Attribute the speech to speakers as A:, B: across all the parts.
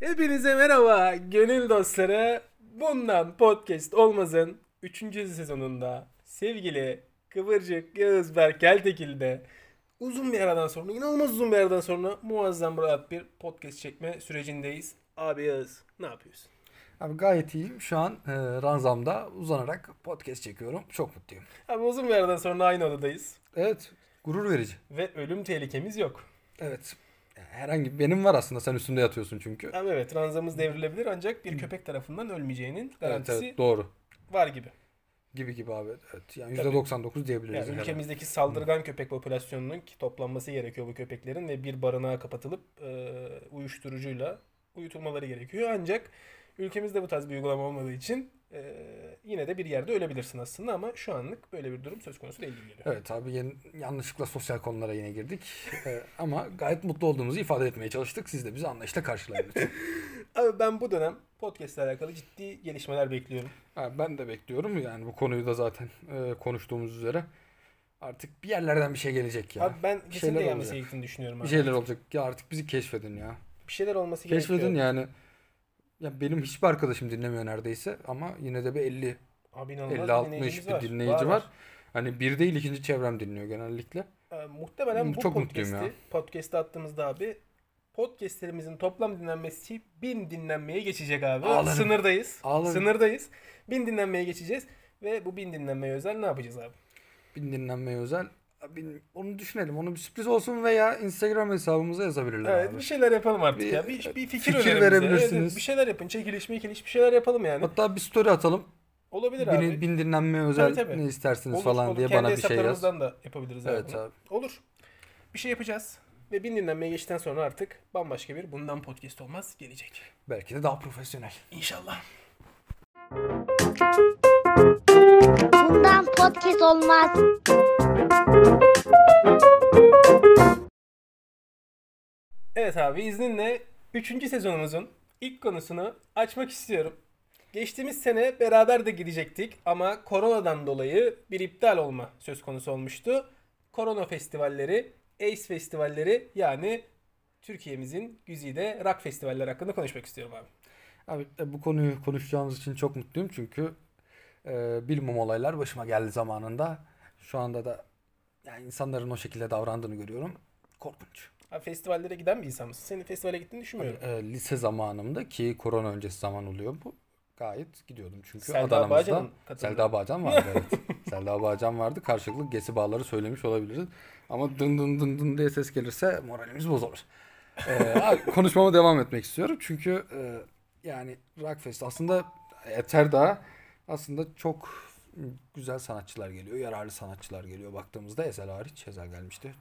A: Hepinize merhaba gönül dostları. Bundan podcast olmazın 3. sezonunda sevgili Kıvırcık Yağız Berk Eltekil de uzun bir aradan sonra, inanılmaz uzun bir aradan sonra muazzam rahat bir podcast çekme sürecindeyiz. Abi Yağız ne yapıyorsun?
B: Abi gayet iyiyim. Şu an e, ranzamda uzanarak podcast çekiyorum. Çok mutluyum.
A: Abi uzun bir aradan sonra aynı odadayız
B: Evet. Gurur verici.
A: ve ölüm tehlikemiz yok.
B: Evet. Herhangi benim var aslında. Sen üstümde yatıyorsun çünkü.
A: Abi evet ranzamız devrilebilir ancak bir köpek tarafından ölmeyeceğinin
B: Evet,
A: garantisi
B: evet doğru.
A: var gibi.
B: Gibi gibi abi. Evet. Yani %99 diyebiliriz.
A: Yani
B: herhalde.
A: ülkemizdeki saldırgan köpek popülasyonunun ki toplanması gerekiyor bu köpeklerin ve bir barınağa kapatılıp e, uyuşturucuyla uyutulmaları gerekiyor. Ancak ülkemizde bu tarz bir uygulama olmadığı için e, yine de bir yerde ölebilirsin aslında ama şu anlık böyle bir durum söz konusu değil gibi geliyor.
B: Evet abi yeni, yanlışlıkla sosyal konulara yine girdik. E, ama gayet mutlu olduğumuzu ifade etmeye çalıştık. Siz de bizi anlayışla karşılayın lütfen.
A: Abi ben bu dönem podcast ile alakalı ciddi gelişmeler bekliyorum.
B: Abi ben de bekliyorum. Yani bu konuyu da zaten e, konuştuğumuz üzere. Artık bir yerlerden bir şey gelecek ya.
A: Abi ben kesin de
B: şeyler
A: gelmesi
B: olacak.
A: gerektiğini düşünüyorum.
B: bir
A: Abi.
B: şeyler olacak. Ya artık bizi keşfedin ya.
A: Bir şeyler olması gerekiyor.
B: Keşfedin yani. Ya benim hiçbir arkadaşım dinlemiyor neredeyse ama yine de bir 50
A: Abi inanılmaz bir
B: 50 60
A: dinleyicimiz
B: bir
A: var.
B: dinleyici var. Hani bir değil ikinci çevrem dinliyor genellikle.
A: Ee, muhtemelen bu
B: Hmm, Çok mutluyum
A: podcast'i,
B: ya.
A: podcast'i attığımızda abi podcastlerimizin toplam dinlenmesi bin dinlenmeye geçecek abi.
B: Ağlarım.
A: Sınırdayız.
B: Ağlarım.
A: Sınırdayız. Bin dinlenmeye geçeceğiz. Ve bu bin dinlenmeye özel ne yapacağız abi?
B: Bin dinlenmeye özel. Abi onu düşünelim. Onu bir sürpriz olsun veya Instagram hesabımıza yazabilirler
A: Evet
B: abi.
A: bir şey şeyler yapalım artık
B: Bir-
A: ya. Bir, bir fikir,
B: fikir
A: önerin bize.
B: verebilirsiniz.
A: Evet, evet, bir şeyler yapın. Çekiliş mekiliş bir şeyler yapalım yani.
B: Hatta bir story atalım.
A: Olabilir
B: Bin,
A: abi.
B: bin dinlenmeye özel
A: tabii.
B: ne istersiniz
A: Olur,
B: falan
A: olur.
B: diye
A: Kendi
B: bana bir şey yaz.
A: hesaplarımızdan da yapabiliriz abi.
B: Evet
A: bunu.
B: abi.
A: Olur. Bir şey yapacağız. Ve bin dinlenmeye geçtikten sonra artık bambaşka bir bundan podcast olmaz gelecek.
B: Belki de daha profesyonel.
A: İnşallah.
C: Bundan podcast olmaz.
A: Evet abi izninle 3. sezonumuzun ilk konusunu açmak istiyorum. Geçtiğimiz sene beraber de gidecektik ama koronadan dolayı bir iptal olma söz konusu olmuştu. Korona festivalleri, ACE festivalleri yani Türkiye'mizin güzide rock festivalleri hakkında konuşmak istiyorum abi.
B: Abi e, bu konuyu konuşacağımız için çok mutluyum çünkü e, bilmem olaylar başıma geldi zamanında. Şu anda da yani insanların o şekilde davrandığını görüyorum. Korkunç.
A: Abi festivallere giden bir insan mısın? Senin festivale gittiğini düşünmüyorum.
B: E, lise zamanımda ki korona öncesi zaman oluyor bu. Gayet gidiyordum çünkü
A: Selda
B: Adana'mızda
A: Bağcan'ın katıldığı.
B: Selda Bağcan vardı evet. Selda Bağcan vardı. Karşılıklı gesi bağları söylemiş olabiliriz. Ama dın dın dın dın diye ses gelirse moralimiz bozulur. Ee, abi, konuşmama devam etmek istiyorum. Çünkü e, yani Rockfest aslında Eterdağ aslında çok güzel sanatçılar geliyor. Yararlı sanatçılar geliyor. Baktığımızda Ezel hariç Ezel gelmişti.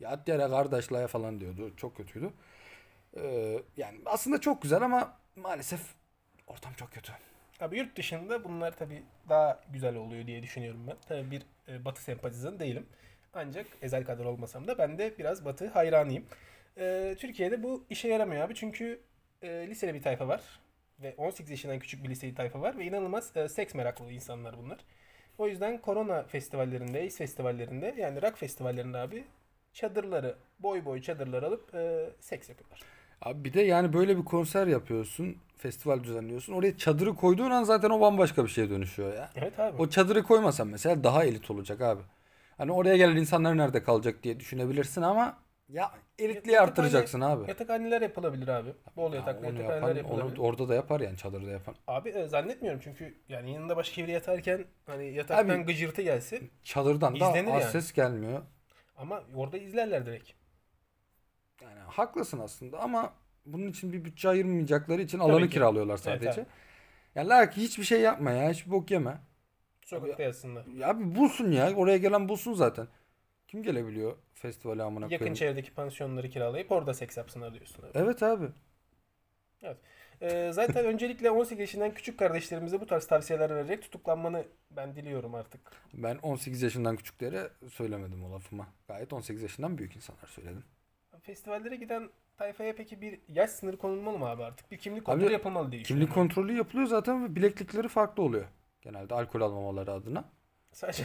B: Ya at yere kardeş laya falan diyordu. Çok kötüydü. Ee, yani aslında çok güzel ama maalesef ortam çok kötü.
A: Abi yurt dışında bunlar tabii daha güzel oluyor diye düşünüyorum ben. Tabii bir e, Batı sempatizanı değilim. Ancak ezel kadar olmasam da ben de biraz Batı hayranıyım. E, Türkiye'de bu işe yaramıyor abi çünkü e, lisede bir tayfa var. Ve 18 yaşından küçük bir liseli tayfa var ve inanılmaz e, seks meraklı insanlar bunlar. O yüzden korona festivallerinde, ace festivallerinde yani rock festivallerinde abi çadırları, boy boy çadırlar alıp e, seks yapıyorlar.
B: Abi bir de yani böyle bir konser yapıyorsun, festival düzenliyorsun. Oraya çadırı koyduğun an zaten o bambaşka bir şeye dönüşüyor ya.
A: Evet abi.
B: O çadırı koymasan mesela daha elit olacak abi. Hani oraya gelen insanlar nerede kalacak diye düşünebilirsin ama ya elitliği
A: Yatak
B: artıracaksın
A: hane-
B: abi.
A: Yatakhaneler yapılabilir abi. Bol
B: Yani
A: yataklı
B: onu
A: yatakhaneler
B: yapan
A: yapılabilir.
B: onu orada da yapar yani çadırda yapan.
A: Abi e, zannetmiyorum çünkü yani yanında başka biri yatarken hani yataktan
B: Abi-
A: gıcırtı gelsin
B: Çadırdan da
A: İzlenir
B: az
A: yani.
B: ses gelmiyor.
A: ama orada izlerler direkt.
B: Yani haklısın aslında ama bunun için bir bütçe ayırmayacakları için alanı
A: ki.
B: kiralıyorlar sadece.
A: abi.
B: Ya lakin hiçbir şey yapma ya, hiç bok yeme.
A: Sokakta yatsınlar.
B: Ya bir bulsun ya. Oraya gelen bulsun zaten. Kim gelebiliyor festivale amına
A: Yakın
B: koyayım?
A: çevredeki pansiyonları kiralayıp orada seks yapsınlar diyorsun abi.
B: Evet abi.
A: E, zaten öncelikle 18 yaşından küçük kardeşlerimize bu tarz tavsiyeler vererek tutuklanmanı ben diliyorum artık.
B: Ben 18 yaşından küçüklere söylemedim o lafımı. Gayet 18 yaşından büyük insanlar söyledim.
A: Festivallere giden tayfaya peki bir yaş sınırı konulmalı mı abi artık? Bir kimlik
B: Abi,
A: kontrolü yapılmalı diye
B: Kimlik
A: düşünüyorum.
B: kontrolü yapılıyor zaten ve bileklikleri farklı oluyor. Genelde alkol almamaları adına.
A: Sadece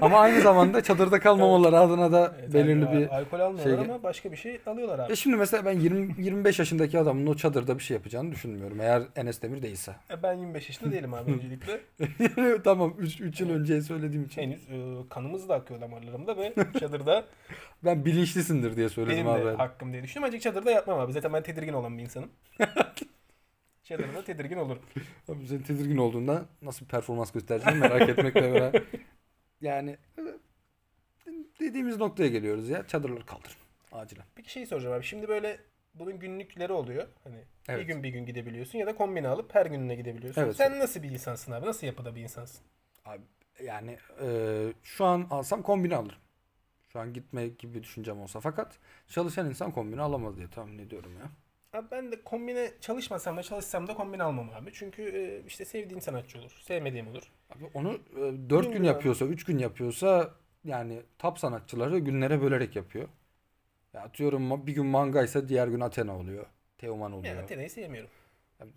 B: Ama aynı zamanda çadırda kalmamaları adına da
A: Evet,
B: belirli
A: alkol-
B: bir...
A: alkol almıyorlar
B: şey-
A: ama başka bir şey alıyorlar abi.
B: E şimdi mesela ben 20, 25 yaşındaki adamın o çadırda bir şey yapacağını düşünmüyorum. Eğer Enes Demir değilse.
A: E, Ben 25 yaşında değilim abi öncelikle.
B: tamam 3 yıl önce söylediğim için.
A: Henüz e, kanımız da akıyor damarlarımda ve çadırda
B: Ben bilinçlisindir diye söyledim
A: benim
B: abi.
A: de hakkım diye düşünüyorum. Ancak çadırda yapmam abi. Zaten ben tedirgin olan bir insanım. çadırda tedirgin olurum.
B: Abi senin tedirgin olduğunda nasıl bir performans göstereceğini merak etmekle beraber. Yani e, dediğimiz noktaya geliyoruz ya. Çadırları kaldırın. Acilen.
A: Peki şey soracağım abi. Şimdi böyle bunun günlükleri oluyor. Hani bir
B: Evet.
A: gün bir gün gidebiliyorsun ya da kombine alıp her gününe gidebiliyorsun.
B: Evet,
A: Sen nasıl bir insansın abi? Nasıl yapıda bir insansın?
B: Abi, yani e, şu an alsam kombine alırım. Şu an gitme gibi bir düşüncem olsa. Fakat çalışan insan kombine alamaz diye tahmin ediyorum ya.
A: Abi ben de kombine çalışmasam da çalışsam da kombine almam abi. Çünkü e, işte sevdiğim sanatçı olur. Sevmediğim olur.
B: Abi onu 4 gün
A: Bilmiyorum.
B: yapıyorsa, 3 gün yapıyorsa yani tap sanatçıları günlere bölerek yapıyor. Ya atıyorum ma- bir gün manga ise diğer gün Athena oluyor. Teoman oluyor.
A: Yani Atina'yı sevmiyorum.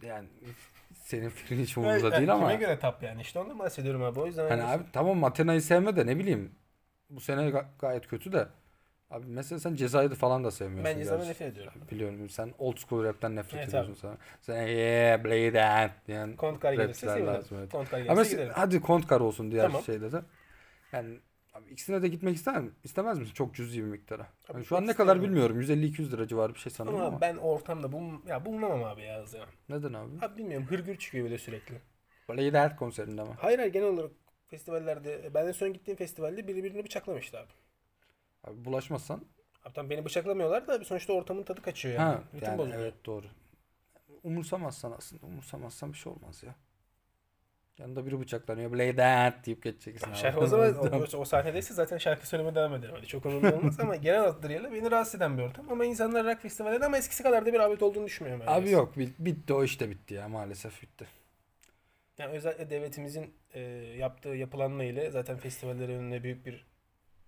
B: Yani senin fikrin hiç
A: Evet,
B: umurumda
A: evet.
B: değil ama.
A: Kime göre tap yani işte ondan bahsediyorum abi o yüzden.
B: Hani abi tamam Athena'yı sevme de ne bileyim. Bu sene ga- gayet kötü de. Abi mesela sen Ceza'yı falan da sevmiyorsun.
A: ben cezamı
B: gerçi.
A: nefret ediyorum.
B: Biliyorum sen old school rapten nefret
A: Evet
B: ediyorsun sana. Sen yeah blade and diyen
A: Kontkar gelirse
B: Rapçiler lazım,
A: sevinirim.
B: evet.
A: Kontkar
B: Ama
A: gelirse
B: si-
A: giderim.
B: hadi kontkar olsun diğer
A: Tamam.
B: şeyde de. Yani abi ikisine de gitmek ister mi? İstemez misin çok cüzi bir miktara?
A: Abi
B: Yani şu an ne
A: isterim.
B: kadar bilmiyorum. 150-200 lira civarı bir şey sanırım
A: Ama
B: ama.
A: abi ben ortamda bul ya bulunamam abi ya hızlı.
B: Neden abi?
A: Abi bilmiyorum hırgür çıkıyor böyle sürekli.
B: Blade Ant konserinde ama.
A: Hayır hayır genel olarak festivallerde e, ben en son gittiğim festivalde biri birbirini bıçaklamıştı abi.
B: Abi bulaşmazsan.
A: Abi tam beni bıçaklamıyorlar da sonuçta ortamın tadı kaçıyor yani.
B: Ha,
A: Ritim
B: yani
A: bozuluyor.
B: evet doğru. Umursamazsan aslında umursamazsan bir şey olmaz ya. Yanında biri bıçaklanıyor. Blade Ant deyip geçeceksin. abi.
A: Şarkı Şey, o zaman o, o, o sahnedeyse zaten şarkı söylemeye devam ederim. Hani çok önemli olmaz ama genel hatlarıyla beni rahatsız eden bir ortam. Ama insanlar rock festivallerinde ama eskisi kadar da bir rağbet olduğunu düşünmüyorum. ben.
B: Abi yok bit- bitti o işte bitti ya maalesef bitti.
A: Yani özellikle devletimizin e, yaptığı yapılanma ile zaten festivallerin önüne büyük bir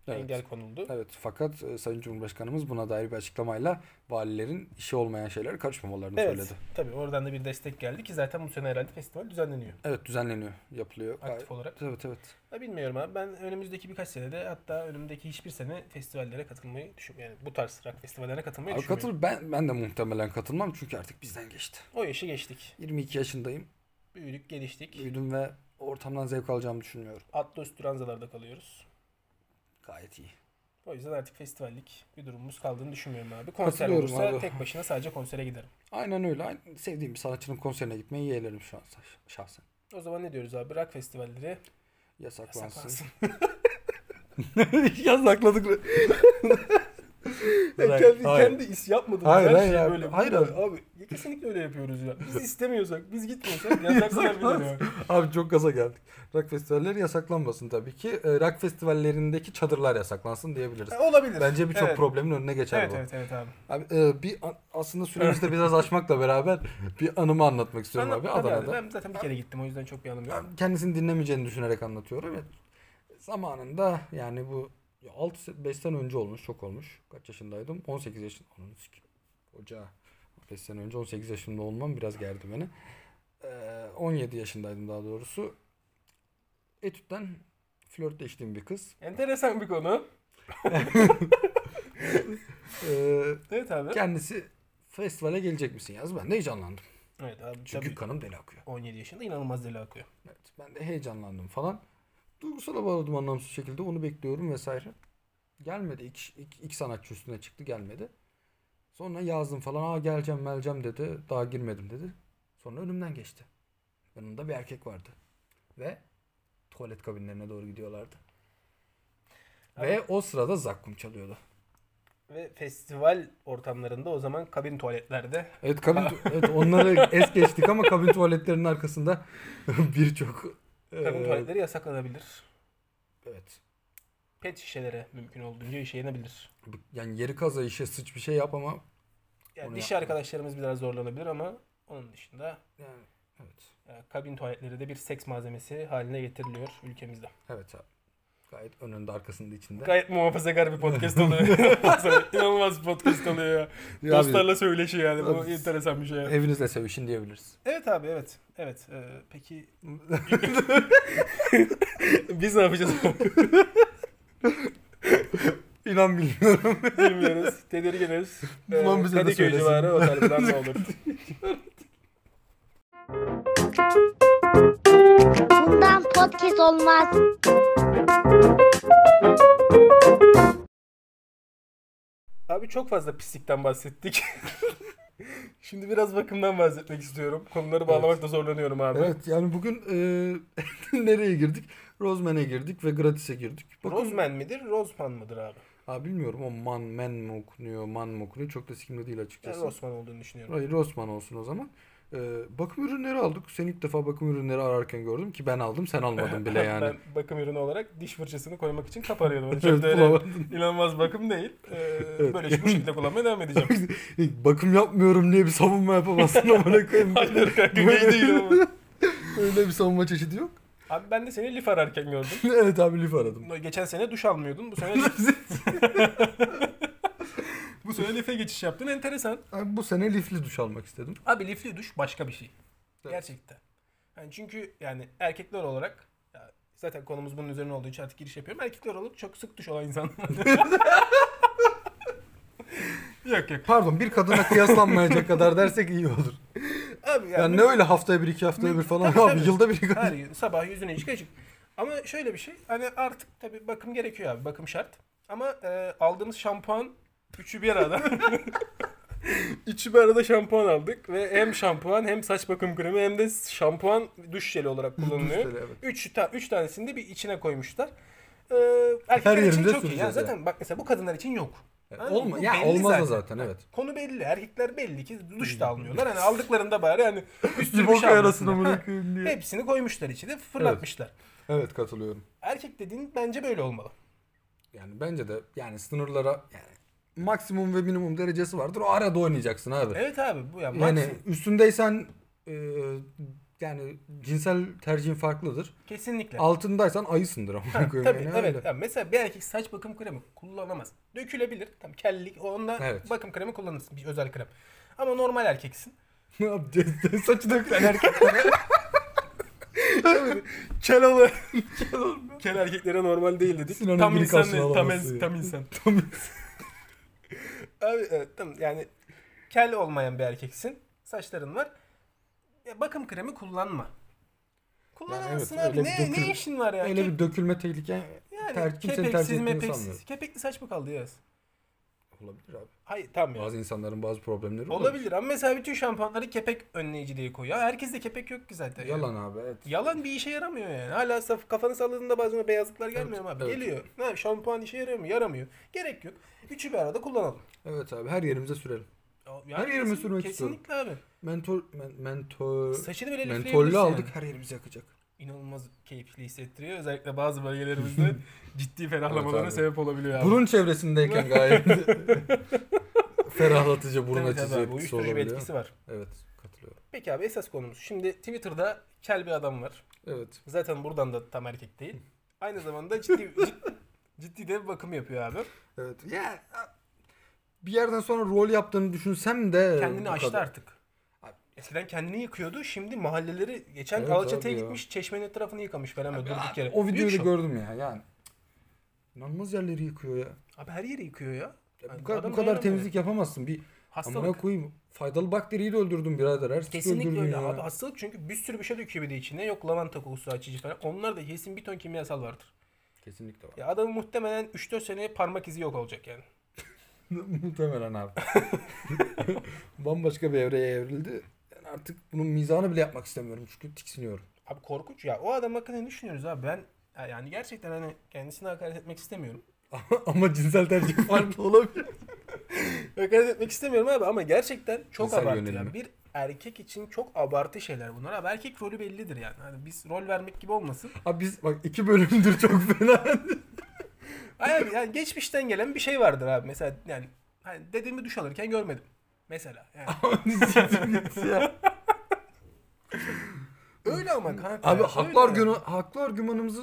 B: Evet.
A: engel konuldu.
B: Evet fakat e, Sayın Cumhurbaşkanımız buna dair bir açıklamayla valilerin işi olmayan şeylere karışmamalarını
A: Evet.
B: söyledi.
A: Tabii oradan da bir destek geldi ki zaten bu sene herhalde festival düzenleniyor
B: Evet düzenleniyor, yapılıyor.
A: aktif olarak.
B: Gayet- Evet evet.
A: Ya bilmiyorum abi. Ben önümüzdeki birkaç senede hatta önümdeki hiçbir sene festivallere katılmayı düşünmüyorum. Yani bu tarz rock festivallerine katılmayı
B: Abi
A: düşünmüyorum.
B: katıl ben ben de muhtemelen katılmam çünkü artık bizden geçti.
A: O yaşı geçtik.
B: 22 yaşındayım.
A: Büyüdük, geliştik.
B: Büyüdüm ve ortamdan zevk alacağımı düşünmüyorum.
A: Atlı üstü ranzalarda kalıyoruz.
B: Gayet iyi.
A: O yüzden artık festivallik bir durumumuz kaldığını düşünmüyorum abi. Konser
B: Katılıyorum
A: olursa
B: abi.
A: tek başına sadece konsere giderim.
B: Aynen öyle. Aynı, sevdiğim bir sanatçının konserine gitmeyi yeğlerim şu an şah- şahsen.
A: O zaman ne diyoruz abi? Rock festivalleri
B: Yasaklansın.
A: saklansın.
B: Yasakladık.
A: Ya
B: Hayır,
A: kendi,
B: hayır.
A: kendi is yapmadığımız
B: Hayır,
A: her
B: hayır
A: şey
B: abi.
A: böyle.
B: Hayır
A: abi.
B: abi.
A: abi. ya Kesinlikle öyle yapıyoruz ya. Biz istemiyorsak, biz gitmiyorsak yasaklar bilir
B: Abi çok gaza geldik. Rock festivalleri yasaklanmasın tabii ki. Ee, Rock festivallerindeki çadırlar yasaklansın diyebiliriz.
A: ya. E, Olabilir.
B: Bence birçok
A: evet.
B: problemin önüne geçer
A: Evet
B: bu.
A: evet evet abi.
B: Abi, e, bir an- aslında süremizi de biraz aşmakla beraber bir anımı anlatmak istiyorum
A: Anlat-
B: abi
A: tabii
B: Adana'da.
A: Ben zaten bir kere gittim o yüzden çok bir anım yok.
B: Ben kendisini dinlemeyeceğini düşünerek anlatıyorum. Evet. Zamanında yani bu 6-5 sene önce olmuş, çok olmuş. Kaç yaşındaydım? 18 yaşın. Onun Hoca. 5 sene önce 18 yaşında olmam biraz gerdi beni. Ee, 17 yaşındaydım daha doğrusu. Etütten flörtleştiğim bir kız.
A: Enteresan bir konu.
B: Ee,
A: Evet abi.
B: kendisi festivale gelecek misin yaz. Ben de heyecanlandım.
A: Evet abi
B: Çünkü
A: tabii
B: kanım deli akıyor.
A: 17 yaşında inanılmaz deli akıyor.
B: Evet, ben de heyecanlandım falan. Duygusala bağladım anlamsız şekilde. Onu bekliyorum vesaire. Gelmedi. İki, iki, iki sanatçı üstüne çıktı gelmedi. Sonra yazdım falan. Aa geleceğim meleceğim dedi. Daha girmedim dedi. Sonra önümden geçti. Yanımda bir erkek vardı. Ve tuvalet kabinlerine doğru gidiyorlardı. Ve o sırada zakkum çalıyordu.
A: Ve festival ortamlarında o zaman kabin tuvaletlerde
B: Evet kabin tu- evet, onları es geçtik ama kabin tuvaletlerinin arkasında birçok
A: kabin
B: eee,
A: tuvaletleri yasaklanabilir.
B: evet
A: Pet şişelere mümkün olduğunca işleyenebilir.
B: yani yeri kaza işe sıç bir şey yap ama
A: Yani
B: Onu
A: dişi
B: yapma.
A: arkadaşlarımız biraz zorlanabilir ama onun dışında
B: Yani evet.
A: e, kabin tuvaletleri de bir seks malzemesi haline getiriliyor ülkemizde.
B: Evet abi. Gayet önünde arkasında içinde.
A: Gayet muhafazakar bir podcast oluyor. İnanılmaz bir podcast oluyor. ya.
B: Ya abi,
A: Dostlarla söyleşiyor yani. Bu
B: Abi- E-
A: enteresan bir şey. yani.
B: Evinizle sevişin diyebiliriz.
A: Evet abi evet. Evet. Ee, peki biz ne yapacağız?
B: İnan bilmiyorum.
A: Bilmiyoruz. Tedirgin ederiz.
B: Ulan bize de
A: Kadıköy
B: söylesin.
A: civarı otel falan ne olur.
C: Bundan podcast olmaz.
A: Abi çok fazla pislikten bahsettik. Şimdi biraz bakımdan bahsetmek istiyorum. Konuları bağlamakta zorlanıyorum abi.
B: Evet yani bugün e, nereye girdik? Rozman'e girdik ve Gratis'e girdik. Bakın-
A: Rozmen midir, Rozman mıdır abi?
B: Abi bilmiyorum o man men mi okunuyor man mı okunuyor çok da sikimde değil
A: Ben
B: açıkçası.
A: Rozman olduğunu düşünüyorum.
B: Hayır Osman olsun o zaman. Ee, bakım ürünleri aldık. Sen ilk defa bakım ürünleri ararken gördüm ki ben aldım sen almadın bile yani.
A: Ben bakım ürünü olarak diş fırçasını koymak için kap arıyordum. Hani
B: Evet,
A: Çok da öyle
B: bulamadım.
A: inanılmaz bakım değil. Ee, Böyle şu- bu şekilde kullanmaya devam edeceğim.
B: bakım yapmıyorum diye bir savunma yapamazsın amına koyayım.
A: Hayır kanka gay değil ama.
B: Öyle bir savunma çeşidi yok.
A: Abi ben de seni lif ararken gördüm.
B: evet abi lif aradım.
A: Geçen sene duş almıyordun. Bu sene bu sene life geçiş yaptın. Enteresan.
B: Abi bu sene lifli duş almak istedim.
A: Abi lifli duş başka bir şey.
B: Evet.
A: Gerçekten. Yani çünkü yani erkekler olarak ya zaten konumuz bunun üzerine olduğu için artık giriş yapıyorum. Erkekler olarak çok sık duş olan insanlar. yok yok.
B: Pardon bir kadına kıyaslanmayacak kadar dersek iyi olur.
A: Abi
B: Yani ne öyle haftaya bir iki haftaya bir falan
A: Tabii,
B: abi
A: tabii.
B: yılda bir iki
A: Her gün sabah yüzüne çık açık. Ama şöyle bir şey. Hani artık tabii bakım gerekiyor abi. Bakım şart. Ama e, aldığımız şampuan üçü bir arada. üçü bir arada şampuan aldık ve hem şampuan hem saç bakım kremi hem de şampuan duş jeli olarak kullanılıyor.
B: jeli, evet.
A: Üç, ta, üç tanesini de bir içine koymuşlar. E,
B: Her
A: erkekler için
B: yerinde
A: çok iyi. Yani
B: süreceğiz
A: zaten bak mesela bu kadınlar için yok. Anladın mı?
B: Olma,
A: Hani Bu
B: ya
A: belli
B: olmaz da zaten Hmm. evet.
A: Konu belli. Erkekler belli ki duş da almıyorlar. Hani aldıklarında bari hani üstüne bir
B: boka
A: şey
B: yarasın
A: almasınlar.
B: amına
A: Ha,
B: koyayım diye.
A: Hepsini koymuşlar içine fırlatmışlar.
B: Evet katılıyorum.
A: Erkek dediğin bence böyle olmalı.
B: Yani bence de yani sınırlara yani maksimum ve minimum derecesi vardır. O arada oynayacaksın abi.
A: Evet abi bu ya
B: yani
A: maksimum.
B: üstündeysen e, yani cinsel tercihin farklıdır.
A: kesinlikle.
B: Altındaysan ayısındır ama.
A: Tabii evet. Ya mesela bir erkek saç bakım kremi kullanamaz. Dökülebilir. Tam kellik onda
B: Evet.
A: bakım kremi kullanırsın bir özel krem. Ama normal erkeksin.
B: Ne yapacağız? Saçı dökülen erkek.
A: Kel olan. Kel erkeklere normal değil dedik.
B: Sinan'ın
A: tam
B: bir
A: insan
B: kasını
A: değil, tam,
B: alamazsın
A: ins-
B: ya.
A: tam insan.
B: Tam
A: Abi evet, tam yani kel olmayan bir erkeksin. Saçların var. Ya, bakım kremi kullanma. Kullanamazsın
B: Yani evet,
A: abi.
B: öyle bir
A: Ne,
B: dökül-
A: ne işin var ya?
B: Öyle
A: Ke-
B: bir dökülme tehlike
A: yani
B: ter, kimsenin tercih
A: kepeksiz,
B: ettiğini
A: mepeksiz.
B: sanmıyorum.
A: Kepekli saç mı kaldı yaz?
B: Olabilir abi.
A: Hayır tamam ya.
B: Bazı insanların bazı problemleri
A: Olabilir ama mesela bütün şampuanları kepek önleyici diye koyuyor. Herkes de kepek yok ki zaten.
B: Yalan abi evet.
A: Yalan bir işe yaramıyor yani. Hala saf, kafanı salladığında bazen o beyazlıklar gelmiyor mu abi.
B: evet.
A: Geliyor. Ha, şampuan işe yarıyor mu? Yaramıyor. Gerek yok. Üçü bir arada kullanalım.
B: Evet abi her yerimize sürelim.
A: Yani
B: Her yerime
A: kesin-
B: sürmek
A: Kesinlikle abi.
B: Mentol, men, mentol,
A: Saçını böyle lifleyebilirsin
B: mentollü aldık
A: yani.
B: her yerimizi yakacak.
A: İnanılmaz keyifli hissettiriyor. Özellikle bazı bölgelerimizde ciddi
B: Evet
A: ferahlamalara
B: abi.
A: sebep olabiliyor abi.
B: Burun çevresindeyken gayet ferahlatıcı burun
A: Evet
B: açıcı
A: abi, abi,
B: etkisi
A: uyuşturucu bir
B: olabiliyor.
A: etkisi var.
B: Evet katılıyorum.
A: Peki abi esas konumuz. Şimdi Twitter'da kel bir adam var.
B: Evet.
A: Zaten buradan da tam erkek değil. Aynı zamanda ciddi cid- ciddi de bir bakım yapıyor abi.
B: Evet. Ya bir yerden sonra rol yaptığını düşünsem de
A: Kendini
B: bu
A: açtı
B: kadar.
A: artık. Eskiden kendini yıkıyordu. Şimdi mahalleleri geçen
B: Evet
A: Alaçatı'ya
B: abi ya.
A: gitmiş çeşmenin etrafını yıkamış falan böyle durduk yere.
B: O videoyu
A: Büyük
B: da
A: şok.
B: gördüm ya yani. İnanılmaz yerleri yıkıyor ya.
A: Abi her yeri yıkıyor ya.
B: Ya
A: Yani
B: bu kadar,
A: adam
B: bu kadar
A: dayanamıyor.
B: temizlik yapamazsın. Bir
A: Hastalık.
B: amına koyayım. Faydalı bakteriyi de öldürdün birader. Her şeyi
A: Kesinlikle
B: öldürdün
A: öyle
B: ya.
A: abi. Hastalık çünkü bir sürü bir şey döküyor bir de içine. Yok lavanta kokusu açıcı falan. Onlar da kesin bir ton kimyasal vardır.
B: Kesinlikle var.
A: Ya adamın muhtemelen 3-4 seneye parmak izi yok olacak yani.
B: Muhtemelen abi. Bambaşka bir evreye evrildi. Ben artık bunun mizanı bile yapmak istemiyorum çünkü tiksiniyorum.
A: Abi korkunç ya. O adam hakkında ne düşünüyoruz abi? Ben ya yani gerçekten hani kendisine hakaret etmek istemiyorum.
B: Ama cinsel tercih farklı olabilir.
A: Hakaret etmek istemiyorum abi ama gerçekten çok
B: İnsan
A: abartı.
B: yönelimi.
A: Yani. Bir erkek için çok abartı şeyler bunlar. Abi erkek rolü bellidir yani. Hani biz rol vermek gibi olmasın.
B: Abi biz bak iki bölümdür çok fena.
A: Ay abi yani geçmişten gelen bir şey vardır abi. Mesela yani hani dedemi duş alırken görmedim. Mesela yani.
B: ya.
A: Öyle ama kanka.
B: Abi
A: ya,
B: haklı,
A: öyle.
B: argüman, haklı argümanımızı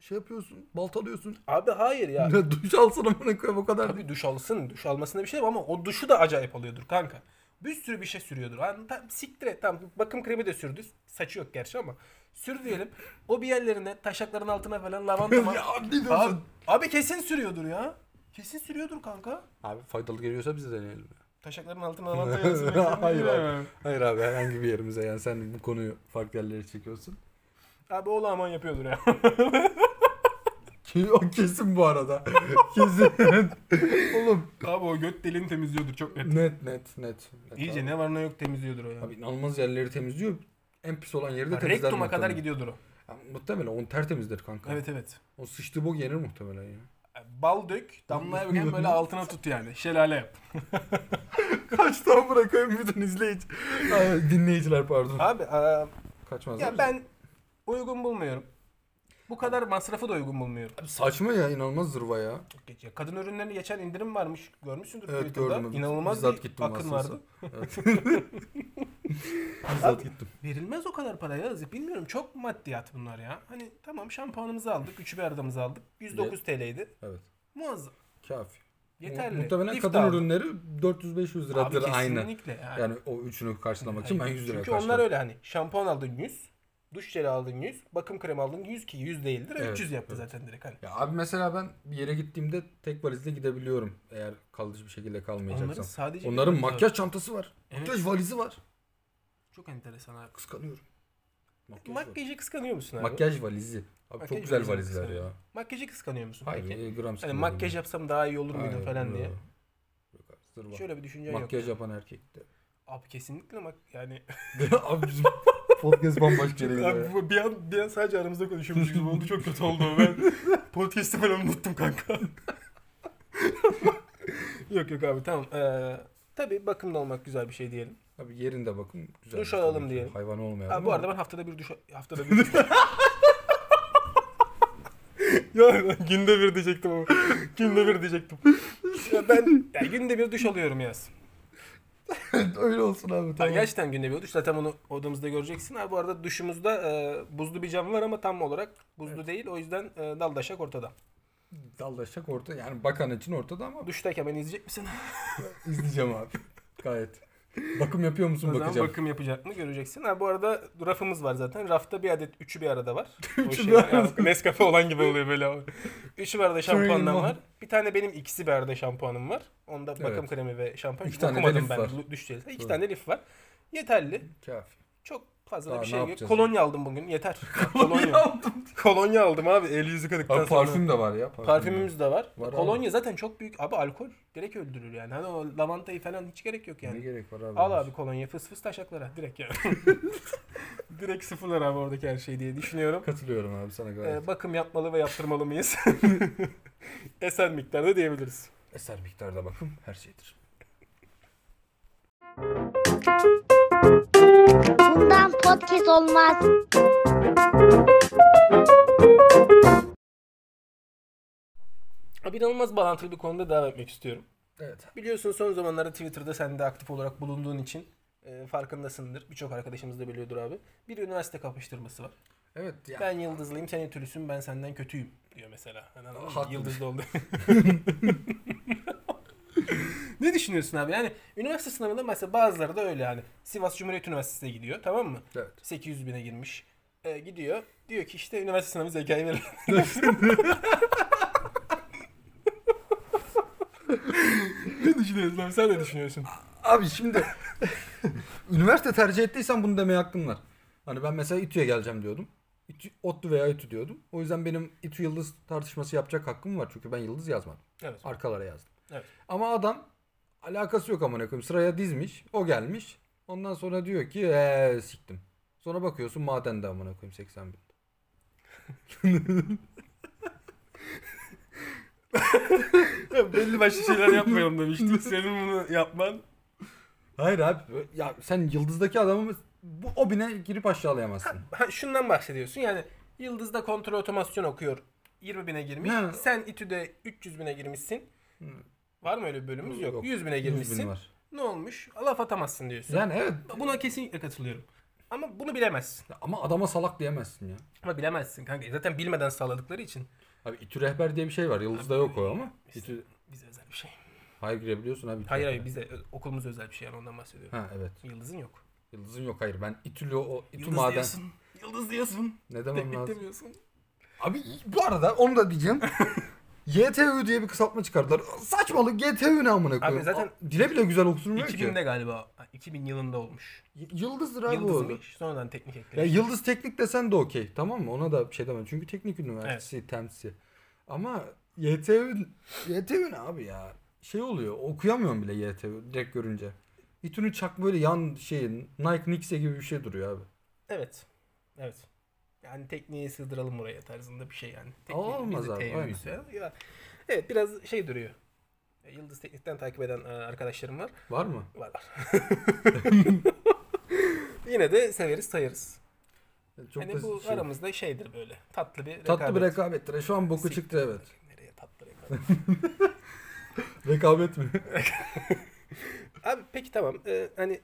B: şey yapıyorsun, baltalıyorsun.
A: Abi hayır ya.
B: Ne duş alsın amına koyayım o kadar.
A: Tabii duş alsın. Duş almasında bir şey yok ama o duşu da acayip alıyordur kanka. Bir sürü bir şey sürüyordur. Hani tam siktir et. Tam bakım kremi de sürdü. Saçı yok gerçi ama. Sür diyelim. O bir yerlerine, taşakların altına falan lavanta mı?
B: Ya ne diyorsun?
A: abi, abi kesin sürüyordur ya. Kesin sürüyordur kanka.
B: Abi faydalı geliyorsa biz de deneyelim.
A: Taşakların altına lavanta yazsın.
B: Hayır abi. Hayır abi herhangi bir yerimize yani sen bu konuyu farklı yerlere çekiyorsun.
A: Abi o laman yapıyordur ya.
B: Ki- O kesin bu arada. kesin. Oğlum.
A: abi o göt deliğini temizliyordur çok net.
B: Net net net. net
A: İyice
B: abi.
A: ne var ne yok temizliyordur o ya.
B: Abi inanılmaz yerleri temizliyor. En pis olan yeri de
A: Ya
B: temizler.
A: Rektuma kadar
B: muhtemelen.
A: gidiyordur o.
B: Ya muhtemelen onu tertemizdir kanka.
A: Evet evet.
B: O sıçtığı bok yenir muhtemelen ya.
A: Bal dök, damlaya bakayım böyle altına tut yani. Şelale yap.
B: Kaçtan bırakayım bütün izleyici. Ay, dinleyiciler pardon.
A: Abi aa,
B: Kaçmaz.
A: Ya ben uygun bulmuyorum. Bu kadar masrafı da uygun bulmuyorum.
B: Saçma ya inanılmaz zırva ya.
A: Çok geç ya. Kadın ürünlerine geçen indirim varmış. Görmüşsündür
B: Evet
A: Twitter'da.
B: gördüm.
A: İnanılmaz
B: Bizzat
A: bir
B: gittim
A: akın
B: aslında.
A: vardı.
B: Evet. Bizzat gittim.
A: Verilmez o kadar para ya. Bilmiyorum çok maddiyat bunlar ya. Hani tamam şampuanımızı aldık. Üçü bir aradamızı aldık. 109 TL'ydi.
B: Evet.
A: Muazzam.
B: Kafi.
A: Yeterli.
B: Muhtemelen
A: Lift
B: kadın
A: aldım.
B: ürünleri 400-500
A: Abi
B: liradır aynı.
A: Kesinlikle yani.
B: Yani o üçünü karşılamak için ben 100 liraya
A: Çünkü
B: karşıladım.
A: onlar öyle hani şampuan aldın 100. Duş jeli aldın 100. Bakım kremi aldın 100 ki 100 değildir.
B: Evet,
A: 300 yaptı
B: evet.
A: zaten direkt hani.
B: Ya abi mesela ben bir yere gittiğimde tek valizle gidebiliyorum. Eğer kalıcı bir şekilde kalmayacaksam.
A: Onların sadece
B: Onların
A: bir-
B: makyaj çantası var.
A: Evet.
B: Makyaj valizi var.
A: Çok enteresan abi.
B: Kıskanıyorum. Makyaj, valizi.
A: Makyajı kıskanıyor musun abi?
B: Makyaj valizi. Abi
A: Makyaj
B: çok güzel
A: valizi
B: valizler
A: mesela.
B: ya.
A: Makyajı kıskanıyor musun
B: Hayır,
A: peki?
B: e, gram
A: Hani
B: sıkılmadım
A: makyaj
B: ya.
A: yapsam daha iyi olur muydum
B: Hayır,
A: falan
B: yok.
A: diye.
B: Yok abi, zırva.
A: Şöyle bir düşüncen yok.
B: Makyaj yapan erkek de.
A: Abi kesinlikle mak yani
B: abi bizim podcast bambaşka yere gidiyor ya.
A: Abi bu bir an bir an sadece aramızda konuşuyormuş gibi oldu çok kötü oldu ben podcast'i falan unuttum kanka. yok yok abi tamam. Ee, tabii bakımlı olmak güzel bir şey diyelim.
B: Abi yerinde bakın. Güzel
A: Duş
B: bir
A: alalım
B: tabii ki.
A: diyelim.
B: Hayvan olmayalım.
A: Abi bu
B: ama-
A: arada ben haftada bir duş haftada bir duş. ya ben günde bir diyecektim ama. Günde bir diyecektim. Ya ben ya günde bir duş alıyorum yaz.
B: Öyle olsun abi
A: Ya
B: tamam.
A: gerçekten günde bir duş. Zaten onu odamızda göreceksin. Ha, bu arada duşumuzda e, buzlu bir cam var ama tam olarak buzlu değil. O yüzden e, dal daşak ortada.
B: Dallaşacak orta. Yani bakan için ortada ama
A: Duştayken beni izleyecek misin?
B: izleyeceğim abi. Gayet. Bakım yapıyor
A: o
B: musun
A: zaman
B: bakacağım.
A: bakım yapacak mı göreceksin. Ha, bu arada rafımız var zaten. Rafta bir adet üçü bir arada var. O
B: Üçü
A: şey
B: bir
A: var ya,
B: arada.
A: Nescafe olan gibi oluyor böyle. ama. Üçü bir arada şampuandan
B: Three in
A: var. Bir tane benim ikisi bir arada şampuanım var. Onda bakım
B: Evet.
A: kremi ve şampuan.
B: İki
A: Hiç
B: tane de
A: Okumadım
B: lif
A: ben.
B: var.
A: Lu- Duş değil. İki
B: Doğru.
A: tane lif var. Yeterli.
B: Kafi.
A: Çok fazla da
B: Daha
A: bir
B: ne
A: şey yok.
B: yapacağız?
A: Kolonya aldım bugün. Yeter. Kolonya. Kolonya aldım abi. El yüzü yıkadıktan
B: Abi
A: sonra.
B: parfüm de var ya. Parfüm
A: Parfümümüz de var.
B: Var abi.
A: Kolonya zaten çok büyük. Abi alkol direkt öldürür yani. Hani o lavantayı falan hiç gerek yok
B: de var. Ne
A: yani.
B: gerek var abi?
A: Al abi kolonya fıs fıs taşaklara direkt yani. direkt sıfırlar abi oradaki her şey diye düşünüyorum.
B: Katılıyorum abi sana
A: Ee,
B: gayet.
A: bakım yapmalı ve yaptırmalı mıyız? Esen miktarda diyebiliriz.
B: Eser miktarda bakım her şeydir.
C: Bundan podcast olmaz.
A: Abi inanılmaz bağlantılı bir konuda devam etmek istiyorum.
B: Evet.
A: Biliyorsun son zamanlarda Twitter'da sen de aktif olarak bulunduğun için e, farkındasındır. Birçok arkadaşımız da biliyordur abi. Bir üniversite kapıştırması var.
B: Evet ya.
A: Ben yıldızlıyım, sen ütülüsün, ben senden kötüyüm diyor mesela. Hani anladın mı?
B: Haklı.
A: Yıldızlı oldu. ne düşünüyorsun abi? Yani üniversite sınavında mesela bazıları da öyle hani. Sivas Cumhuriyet Üniversitesi'ne gidiyor tamam mı?
B: Evet.
A: 800 bine girmiş. Ee, gidiyor. Diyor ki işte üniversite sınavı zekayı verir. ne düşünüyorsun abi? Sen ne düşünüyorsun?
B: Abi şimdi üniversite tercih ettiysen bunu demeye hakkın var. Hani ben mesela İTÜ'ye geleceğim diyordum. İTÜ, ODTÜ veya İTÜ diyordum. O yüzden benim İTÜ Yıldız tartışması yapacak hakkım var. Çünkü ben Yıldız yazmadım.
A: Evet.
B: Arkalara yazdım.
A: Evet.
B: Ama adam alakası yok amına koyayım. Sıraya dizmiş. O gelmiş. Ondan sonra diyor ki eee siktim. Sonra bakıyorsun maden de amına koyayım 80 bin.
A: belli başlı şeyler yapmayalım demiştim. Senin bunu yapman
B: Hayır abi. Ya sen yıldızdaki adamı bu obine girip aşağılayamazsın.
A: Ha, şundan bahsediyorsun yani Yıldız'da kontrol otomasyon okuyor 20 bine girmiş.
B: Ha.
A: Sen İTÜ'de 300 bine girmişsin. Var mı öyle bir bölümümüz? Hmm. Yok.
B: Yok.
A: 100 bine
B: 100 bin
A: girmişsin.
B: var.
A: Ne olmuş? Laf atamazsın diyorsun.
B: Yani evet
A: Buna kesinlikle katılıyorum. Ama bunu bilemezsin.
B: Ama adama salak diyemezsin ya.
A: Ama bilemezsin kanka. E, Zaten bilmeden sağladıkları için.
B: Abi İTÜ rehber diye bir şey var. Yıldız'da yok o ama. İTÜ...
A: Bize özel bir şey.
B: Hayır girebiliyorsun abi. İTÜ
A: Hayır hayır
B: rehber.
A: bize ö- okulumuz özel bir şey yani ondan bahsediyorum.
B: Ha evet.
A: Yıldız'ın yok.
B: Yıldız'ın yok hayır. Ben İTÜ'lü o İTÜ
A: Yıldız
B: maden.
A: diyorsun. Yıldız diyorsun.
B: Ne demem
A: Teknik
B: lazım?
A: demiyorsun.
B: Abi bu arada onu da diyeceğim. YTÜ diye bir kısaltma çıkardılar. Saçmalık YTÜ ne amına koyayım.
A: zaten-
B: A- dile bile güzel okusunmuyor ki.
A: 2000'de galiba. ha, 2000 yılında olmuş.
B: Y- Yıldızdır abi o.
A: Yıldız'mış. Sonradan teknik
B: Ya
A: eklemiş.
B: Yıldız Teknik desen de okey. Tamam mı? Ona da bir şey demem. Çünkü teknik üniversitesi, temsi. Ama YTV, YTV ne abi ya? Şey oluyor. Okuyamıyorum bile YTV direkt görünce. İTÜ'nün çak böyle yan şeyin Nike Nix'e gibi bir şey duruyor abi.
A: Evet. Evet. Yani tekniği sığdıralım oraya tarzında bir şey yani.
B: olmaz
A: bizi
B: abi,
A: TÜ
B: aynen.
A: ise- Ya, evet biraz şey duruyor. E, Yıldız Teknik'ten takip eden e, arkadaşlarım var.
B: Var mı?
A: Var var. Yine de severiz sayarız.
B: Çok
A: hani
B: basit
A: bu
B: bir şey.
A: aramızda şeydir böyle. Tatlı bir
B: Tatlı bir
A: rekabet.
B: rekabettir. E, Şu an boku
A: Siktir.
B: çıktı evet.
A: Nereye tatlı rekabet?
B: Rekabet mi?
A: Abi peki tamam. Ee, hani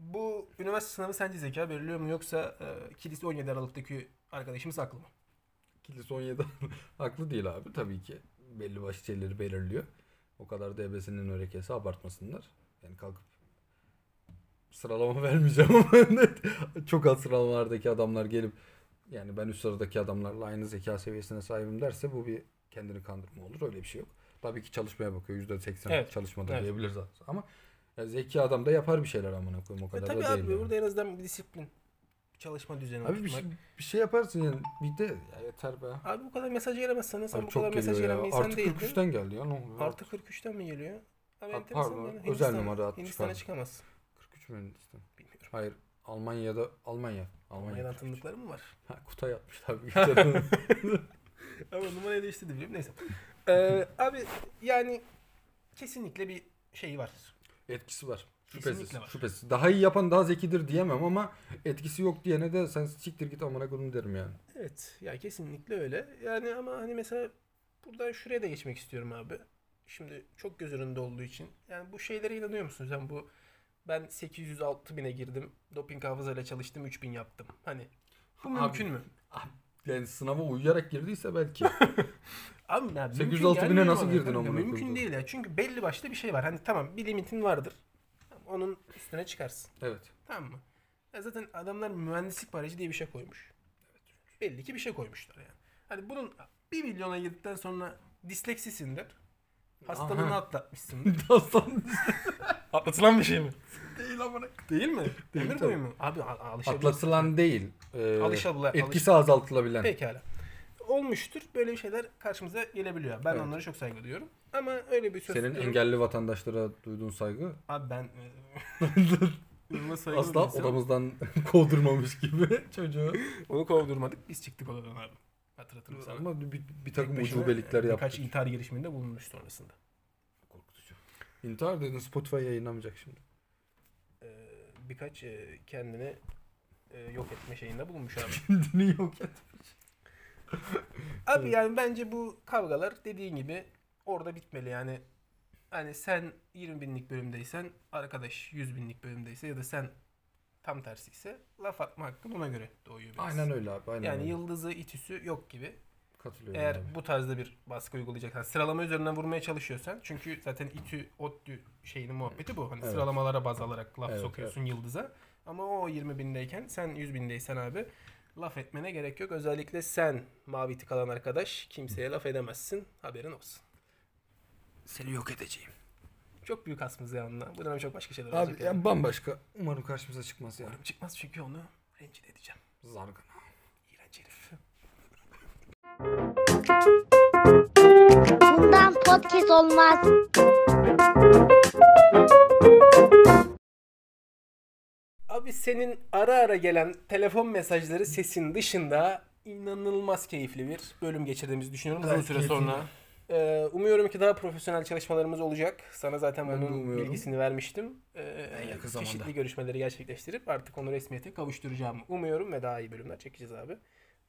A: bu üniversite sınavı sence zeka belirliyor mu yoksa e, kilise 17 Aralık'taki arkadaşımız haklı mı?
B: Kilis 17 haklı değil abi tabii ki. Belli başlı şeyleri belirliyor. O kadar DBS'nin örekesi abartmasınlar. Yani kalkıp sıralama vermeyeceğim ama net çok az sıralamalardaki adamlar gelip yani ben üst sıradaki adamlarla aynı zeka seviyesine sahibim derse bu bir kendini kandırma olur. Öyle bir şey yok. Tabii ki çalışmaya bakıyor. %80
A: Evet.
B: çalışmada
A: Evet.
B: diyebiliriz ama ya zeki adam da yapar bir şeyler amına koyayım o
A: E,
B: kadar
A: tabii
B: da
A: abi
B: değil. yani.
A: burada en azından bir disiplin, bir çalışma düzeni
B: Abi bir şey,
A: oturtmak.
B: bir şey yaparsın yani. Bir de ya yeter be.
A: Abi bu kadar mesaj gelemezsen sen
B: Abi
A: bu kadar
B: çok
A: mesaj
B: geliyor
A: gelen
B: ya.
A: bir insan
B: Artı
A: değildin.
B: 43'ten geldi ya. Ne oluyor?
A: Artı 43'ten mi geliyor? Abi
B: Ha,
A: enteresan
B: pardon,
A: yani.
B: özel
A: Hindistan'a-
B: numara atmış
A: Hindistan'a
B: pardon.
A: çıkamaz.
B: 43 mü Hindistan?
A: Bilmiyorum.
B: Hayır. Almanya'da Almanya.
A: Almanya'dan
B: Almanya.
A: tanıdıkları mı var?
B: Ha, Kutay yapmış tabii.
A: Ama numarayı değiştirdi biliyorum. Neyse. Ee, abi yani kesinlikle bir şey var.
B: Etkisi var. Şüphesiz.
A: Kesinlikle var.
B: Şüphesiz. Daha iyi yapan daha zekidir diyemem ama etkisi yok diyene de sen siktir git amına koyayım derim yani.
A: Evet ya kesinlikle öyle. Yani ama hani mesela buradan şuraya da geçmek istiyorum abi. Şimdi çok göz önünde olduğu için. Yani bu şeylere inanıyor musunuz? Yani bu ben 806 bine girdim. Doping hafızayla çalıştım 3000 yaptım. Hani bu
B: Abi-
A: mümkün mü?
B: Yani sınava uyuyarak girdiyse belki.
A: Abi ya, mümkün
B: 806 bine
A: gelmiyor
B: nasıl
A: bana
B: girdin
A: kanka.
B: amına
A: Mümkün
B: koyduğum?
A: değil ya. Çünkü belli başlı bir şey var. Hani tamam bir limitin vardır. Tamam, Onun üstüne çıkarsın.
B: evet.
A: Tamam mı? Ya zaten adamlar mühendislik barajı diye bir şey koymuş. Belli ki bir şey koymuşlar yani. Hani bunun 1 milyona girdikten sonra disleksisindir. Hastalığını
B: Aha.
A: atlatmışsındır.
B: Aslan
A: Atlatılan bir şey mi?
B: değil amına.
A: Değil mi?
B: Değil
A: Ömür
B: tabii.
A: boyu mu? Abi a- alışabilirsin.
B: Atlatılan değil. Ee,
A: şey. Alışabilen-
B: Etkisi azaltılabilen.
A: Pekala. Olmuştur. Böyle şeyler karşımıza gelebiliyor. Ben
B: Evet.
A: onlara çok saygı duyuyorum. Ama öyle bir söz
B: Senin
A: tutuyorum.
B: engelli vatandaşlara duyduğun saygı
A: Abi ben... Yılma saygı
B: asla
A: duyuyorsam-
B: odamızdan kovdurmamış gibi çocuğu.
A: Onu kovdurmadık. Biz çıktık odadan abi. Hatırlatırım sana.
B: Ama bir, bir takım
A: Tek başına
B: ucubelikler yaptı.
A: Birkaç intihar girişiminde bulunmuş sonrasında.
B: Korkutucu. İntihar dedin Spotify yayınlamayacak şimdi.
A: Ee, birkaç e, kendini e, yok etme şeyinde bulunmuş abi.
B: Kendini yok et.
A: abi yani bence bu kavgalar dediğin gibi orada bitmeli yani. Hani sen 20 binlik bölümdeysen arkadaş 100 binlik bölümdeyse ya da sen tam tersi ise laf atma hakkın ona göre doğuyor biraz.
B: Aynen öyle abi. Aynen
A: Yani
B: öyle.
A: yıldızı itüsü yok gibi.
B: Katılıyorum
A: Eğer
B: abi.
A: bu tarzda bir baskı uygulayacaksan, sıralama üzerinden vurmaya çalışıyorsan çünkü zaten itü, ODTÜ şeyinin muhabbeti bu. Hani
B: Evet.
A: sıralamalara baz alarak laf
B: Evet,
A: sokuyorsun yıldıza. Ama o 20 bindeyken sen 100 bindeysen abi laf etmene gerek yok. Özellikle sen mavi tık alan arkadaş kimseye laf edemezsin. Haberin olsun. Seni yok edeceğim. Çok büyük hasmız ya onunla. Bu dönem çok başka şeyler olacak.
B: Abi
A: yani.
B: ya bambaşka. Umarım karşımıza çıkmaz ya.
A: Umarım çıkmaz çünkü onu rencide edeceğim.
B: Zargın.
A: İğrenç herif.
C: Bundan podcast olmaz.
A: Abi senin ara ara gelen telefon mesajları sesin dışında inanılmaz keyifli bir bölüm geçirdiğimizi düşünüyorum uzun
B: Gayet
A: süre
B: keyifli.
A: sonra. Ee, umuyorum ki daha profesyonel çalışmalarımız olacak. Sana zaten
B: Ben de
A: bunun
B: umuyorum.
A: bilgisini vermiştim. Ee,
B: En yakın
A: çeşitli
B: zamanda.
A: görüşmeleri gerçekleştirip artık onu resmiyete kavuşturacağımı umuyorum ve daha iyi bölümler çekeceğiz abi.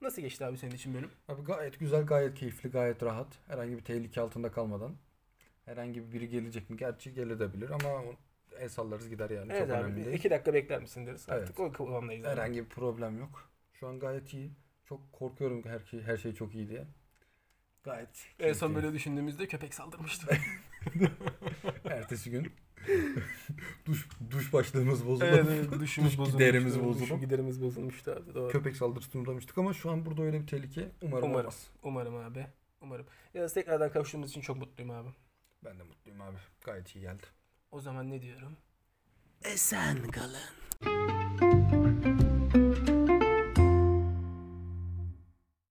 A: Nasıl geçti abi senin için bölüm?
B: Abi gayet güzel, gayet keyifli, gayet rahat. Herhangi bir tehlike altında kalmadan. Herhangi biri gelecek mi? Gerçi gelebilir ama el sallarız gider yani.
A: Evet
B: Çok
A: abi
B: önemli
A: bir
B: değil.
A: iki dakika bekler misin deriz.
B: Evet.
A: Artık o kıvamdayız. abi.
B: Herhangi bir problem yok. Şu an gayet iyi. Çok korkuyorum her şey, her şey çok iyi diye. Gayet.
A: En son
B: keyifliyim.
A: böyle düşündüğümüzde köpek saldırmıştı.
B: Ertesi gün duş duş başlığımız bozuldu.
A: duşumuz
B: Duş giderimiz
A: bozulmuştu.
B: bozuldu.
A: Duş giderimiz bozulmuştu abi doğru.
B: Köpek saldırısını uğramıştık ama şu an burada öyle bir tehlike umarım,
A: Umarım.
B: olmaz.
A: Umarım abi. Umarım. Ya tekrardan kavuştuğumuz için çok mutluyum abi.
B: Ben de mutluyum abi. Gayet iyi geldi.
A: O zaman ne diyorum? Esen kalın.